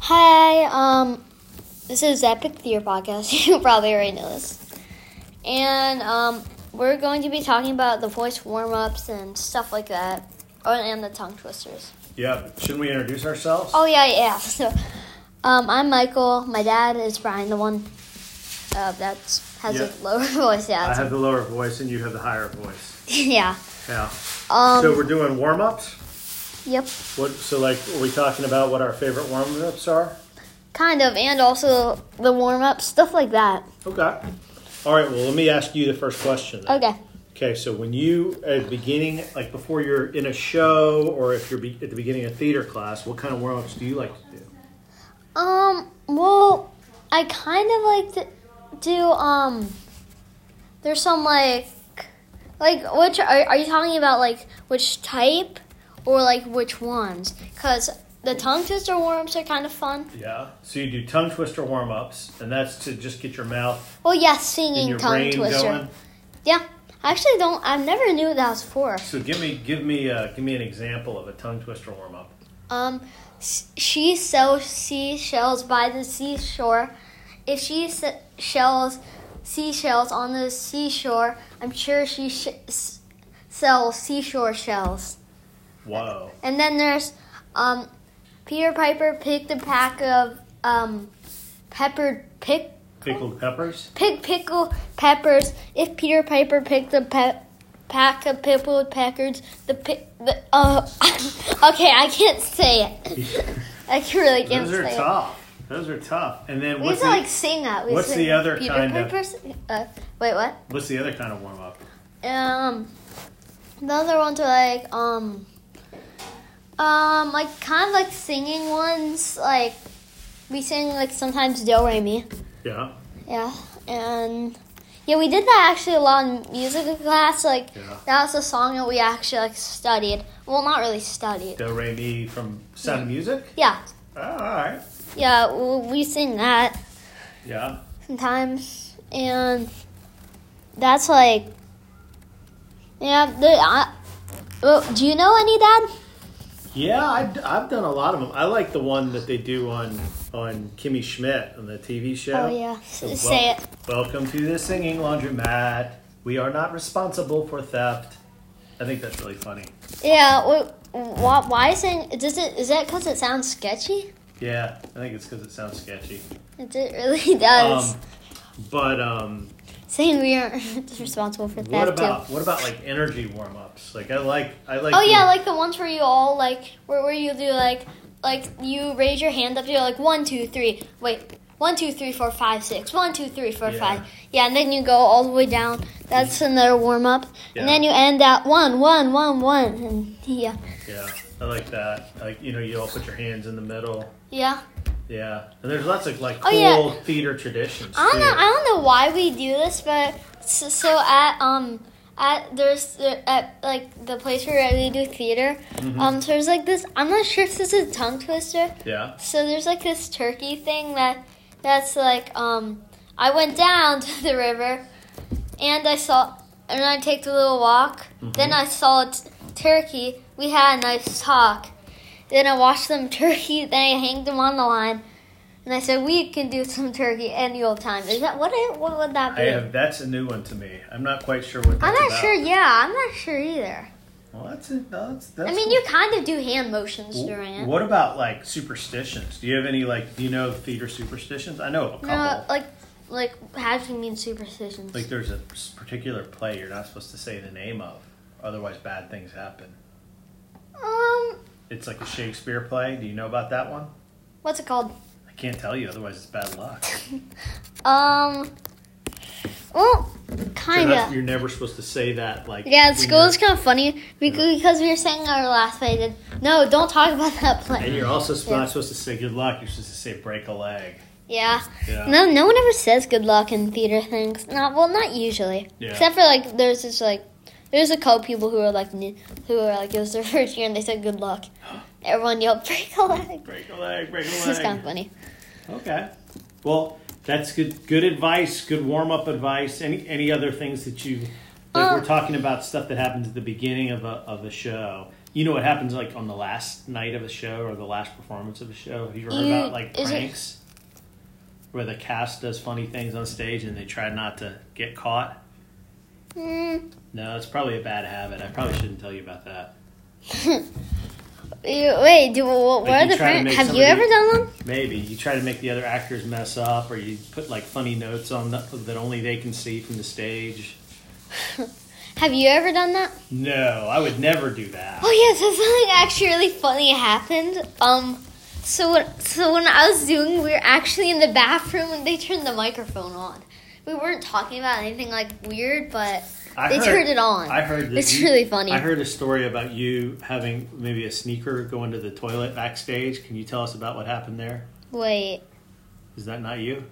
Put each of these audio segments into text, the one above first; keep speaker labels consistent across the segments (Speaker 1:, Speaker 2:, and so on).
Speaker 1: Hi, um, this is Epic Theater Podcast. You probably already know this. And, um, we're going to be talking about the voice warm ups and stuff like that. Oh, and the tongue twisters.
Speaker 2: Yep. Shouldn't we introduce ourselves?
Speaker 1: Oh, yeah, yeah. So, um, I'm Michael. My dad is Brian, the one uh, that has
Speaker 2: Yeah.
Speaker 1: a lower voice. Yeah.
Speaker 2: I
Speaker 1: that's-
Speaker 2: have the lower voice and you have the higher voice.
Speaker 1: yeah.
Speaker 2: Yeah.
Speaker 1: Um,
Speaker 2: so we're doing warm ups.
Speaker 1: yep.
Speaker 2: What? So like, are we talking about what our favorite warm ups are?
Speaker 1: Kind of. And also the warm ups, stuff like that.
Speaker 2: Okay. All right. Well, let me ask you the first question. then.
Speaker 1: Okay.
Speaker 2: Okay. So when you at the beginning, like before you're in a show, or if you're be- at the beginning of theater class, what kind of warm ups do you like to do?
Speaker 1: Um, well, I kind of like to do, um, there's some like, like, which, are, are you talking about like which type or like which ones? Because the tongue twister worms are kind of fun.
Speaker 2: Yeah. So you do tongue twister warm ups, and that's to just get your mouth
Speaker 1: Well, yes,
Speaker 2: and
Speaker 1: singing
Speaker 2: your
Speaker 1: tongue
Speaker 2: brain
Speaker 1: twister.
Speaker 2: going.
Speaker 1: Yeah. I actually don't, I never knew that was for.
Speaker 2: So give me, give me, uh, give me an example of a tongue twister warm up.
Speaker 1: Um, s- she sells seashells by the seashore. If she se- sells seashells on the seashore, I'm sure she sh- s- sells seashore shells.
Speaker 2: Whoa.
Speaker 1: And then there's um, Peter Piper picked a pack of um, peppered pick
Speaker 2: Pickled peppers?
Speaker 1: pick pickle peppers. If Peter Piper picked a pe- pack of pickled peppers, the pick the uh, okay, I can't say it. I can really can't
Speaker 2: Those are
Speaker 1: say it.
Speaker 2: tough. Those are tough. And then
Speaker 1: We used
Speaker 2: what's
Speaker 1: to
Speaker 2: the,
Speaker 1: like sing that. We
Speaker 2: what's
Speaker 1: sing
Speaker 2: the other
Speaker 1: Peter
Speaker 2: kind of-
Speaker 1: Piper's, Uh, wait, what?
Speaker 2: what's the other kind of warm up?
Speaker 1: Um, the other ones are like um, um, like kind of like singing ones. Like we sing like sometimes do re mi.
Speaker 2: Yeah.
Speaker 1: Yeah, and yeah, we did that actually a lot in music class. Like
Speaker 2: Yeah.
Speaker 1: that was a song that we actually like studied. Well, not really studied.
Speaker 2: Do re mi from Sound of Music?
Speaker 1: Yeah,
Speaker 2: Oh, all right.
Speaker 1: yeah, w- we sing that
Speaker 2: Yeah.
Speaker 1: sometimes, and that's like, yeah. The, I, well, do you know any dad?
Speaker 2: Yeah, I've, I've done a lot of them. I like the one that they do on on Kimmy Schmidt on the TV show.
Speaker 1: Oh yeah,
Speaker 2: So wel-
Speaker 1: say it.
Speaker 2: Welcome to the singing laundromat. We are not responsible for theft. I think that's really funny.
Speaker 1: Yeah. Wh- why, why is it? Does it? Is that because it sounds sketchy?
Speaker 2: Yeah, I think it's because it sounds sketchy.
Speaker 1: It, it really does.
Speaker 2: Um, but um,
Speaker 1: Saying we aren't responsible for theft
Speaker 2: What
Speaker 1: too.
Speaker 2: about what about like energy warm ups? Like I like I like.
Speaker 1: Oh
Speaker 2: the-
Speaker 1: yeah, like the ones where you all like where, where you do like like you raise your hand up, you're like one, two, three, wait, one, two, three, four, five, six, one, two, three, four,
Speaker 2: Yeah. Mm-hmm.
Speaker 1: five. Yeah, and then you go all the way down. That's another warm up.
Speaker 2: Yeah.
Speaker 1: And then you end at one, one, one, one, and yeah.
Speaker 2: yeah, I like that. Like you know, you all put your hands in the middle.
Speaker 1: Yeah.
Speaker 2: Yeah, and there's lots of like
Speaker 1: Oh,
Speaker 2: cool
Speaker 1: yeah.
Speaker 2: theater traditions.
Speaker 1: I don't know
Speaker 2: too.
Speaker 1: I don't know why we do this, but so, so at um at there's uh, at like the place where we do theater.
Speaker 2: Mm-hmm.
Speaker 1: Um so there's like this I'm not sure if this is a tongue twister.
Speaker 2: Yeah,
Speaker 1: So there's like this turkey thing that that's like um I went down to the river and I saw and I take a little walk.
Speaker 2: Mm-hmm.
Speaker 1: Then I saw a t- turkey. We had a nice talk. Then I watched them turkey. Then I hanged them on the line. And I said, "We can do some turkey any old time." Is that what? It, what would that
Speaker 2: I
Speaker 1: be?
Speaker 2: have. That's a new one to me. I'm not quite sure what. That's
Speaker 1: I'm not
Speaker 2: about.
Speaker 1: sure. Yeah, I'm not sure either.
Speaker 2: Well, that's, a, that's that's.
Speaker 1: I mean, you kind of do hand motions during it.
Speaker 2: What about like superstitions? Do you have any like? Do you know theater superstitions? I know of a couple.
Speaker 1: No, like, like how do you mean superstitions?
Speaker 2: like there's a s- particular play you're not supposed to say the name of, otherwise bad things happen.
Speaker 1: um,
Speaker 2: It's like a Shakespeare play. Do you know about that one?
Speaker 1: what's it called?
Speaker 2: I can't tell you, otherwise it's bad luck.
Speaker 1: Um. Well,
Speaker 2: You're,
Speaker 1: kind
Speaker 2: not-
Speaker 1: of.
Speaker 2: you're never supposed to say that. Like
Speaker 1: Yeah,
Speaker 2: when
Speaker 1: school is
Speaker 2: you're-
Speaker 1: kind of funny because, because we were saying our last play. Did, no, don't talk about that
Speaker 2: And
Speaker 1: play.
Speaker 2: you're also sp-
Speaker 1: Yeah.
Speaker 2: not supposed to say good luck. You're supposed to say break a leg.
Speaker 1: Yeah.
Speaker 2: Yeah.
Speaker 1: No, no one ever says good luck in theater things. Not well, not usually.
Speaker 2: Yeah.
Speaker 1: Except for like, there's this like, there's a couple people who are like, new, who are like, it was their first year and they said good luck. Everyone yelled break a leg.
Speaker 2: Break a leg. Break a leg.
Speaker 1: It's kind of funny.
Speaker 2: Okay. Well, that's good. Good advice. Good warm up advice. Any any other things that you like?
Speaker 1: Uh,
Speaker 2: we're talking about stuff that happens at the beginning of a of a show. You know what happens like on the last night of a show or the last performance of a show? Have you ever heard
Speaker 1: You-
Speaker 2: about like
Speaker 1: is it-
Speaker 2: pranks? Where the cast does funny things on stage and they try not to get caught?
Speaker 1: Mm,
Speaker 2: No, it's probably a bad habit. I probably shouldn't tell you about that.
Speaker 1: you- wait, do, what, what
Speaker 2: Like,
Speaker 1: are
Speaker 2: you
Speaker 1: the
Speaker 2: try to
Speaker 1: prank-
Speaker 2: make
Speaker 1: Have you ever
Speaker 2: somebody-
Speaker 1: done one?
Speaker 2: Maybe you try to make the other actors mess up, or you put like funny notes on the, that only they can see from the stage.
Speaker 1: Have you ever done that?
Speaker 2: No, I would never do that.
Speaker 1: Oh yeah, so something actually really funny happened. Um, so when, so when I was doing, we were actually in the bathroom and they turned the microphone on. We weren't talking about anything like weird, but
Speaker 2: I
Speaker 1: they
Speaker 2: heard-
Speaker 1: turned it on.
Speaker 2: I heard that
Speaker 1: It's
Speaker 2: you-
Speaker 1: really funny.
Speaker 2: I heard a story about you having maybe a sneaker go into the toilet backstage. Can you tell us about what happened there?
Speaker 1: Wait,
Speaker 2: Is that not you?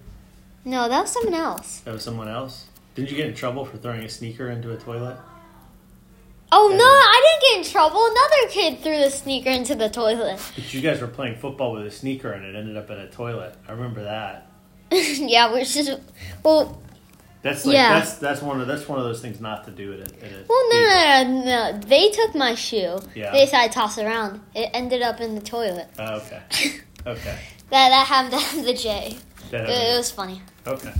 Speaker 1: no, that was someone else.
Speaker 2: That was someone else. Didn't you get in trouble for throwing a sneaker into a toilet?
Speaker 1: Oh no, I didn't get in trouble. Another kid threw the sneaker into the toilet.
Speaker 2: But you guys were playing football with a sneaker and it ended up in a toilet. I remember that.
Speaker 1: yeah, which is well,
Speaker 2: That's like
Speaker 1: Yeah.
Speaker 2: that's that's one of that's one of those things not to do at a, at a
Speaker 1: well, no,
Speaker 2: theater.
Speaker 1: no, no, no. They took my shoe.
Speaker 2: Yeah.
Speaker 1: They decided to toss it around. It ended up in the toilet.
Speaker 2: Oh, okay. Okay.
Speaker 1: That that happened to the J.
Speaker 2: That
Speaker 1: It, it was funny.
Speaker 2: okay.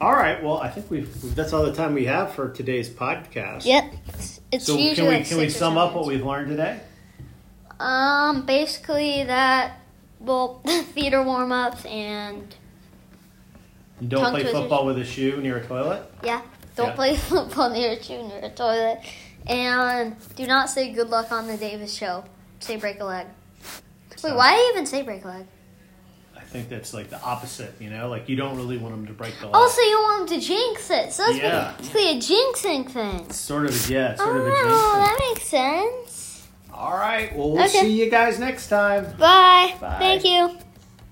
Speaker 3: All right. Well, I think we've that's all the time we have for today's podcast.
Speaker 1: Yep. It's
Speaker 2: So
Speaker 1: usually
Speaker 2: can we
Speaker 1: like
Speaker 2: can we
Speaker 1: six or
Speaker 2: sum up
Speaker 1: seven
Speaker 2: what we've learned today?
Speaker 1: minutes. Um, basically that. Well, theater warm ups and
Speaker 2: You don't
Speaker 1: Tongue
Speaker 2: play
Speaker 1: twisters.
Speaker 2: football with a shoe near a toilet.
Speaker 1: yeah, don't
Speaker 2: Yeah.
Speaker 1: play football near a junior or a toilet, and do not say good luck on the Davis show. Say break a leg. Wait, why do you even say break a leg?
Speaker 2: I think that's like the opposite, you know? Like you don't really want them to break the law.
Speaker 1: Also, you want them to jinx it, so that's
Speaker 2: Oh. Yeah.
Speaker 1: basically a jinxing thing.
Speaker 2: sort of a yeah, sort of a
Speaker 1: Oh,
Speaker 2: jinx.
Speaker 1: that makes sense.
Speaker 2: All right, well we'll
Speaker 1: Okay.
Speaker 2: see you guys next time.
Speaker 1: Bye.
Speaker 2: Bye.
Speaker 1: Thank you.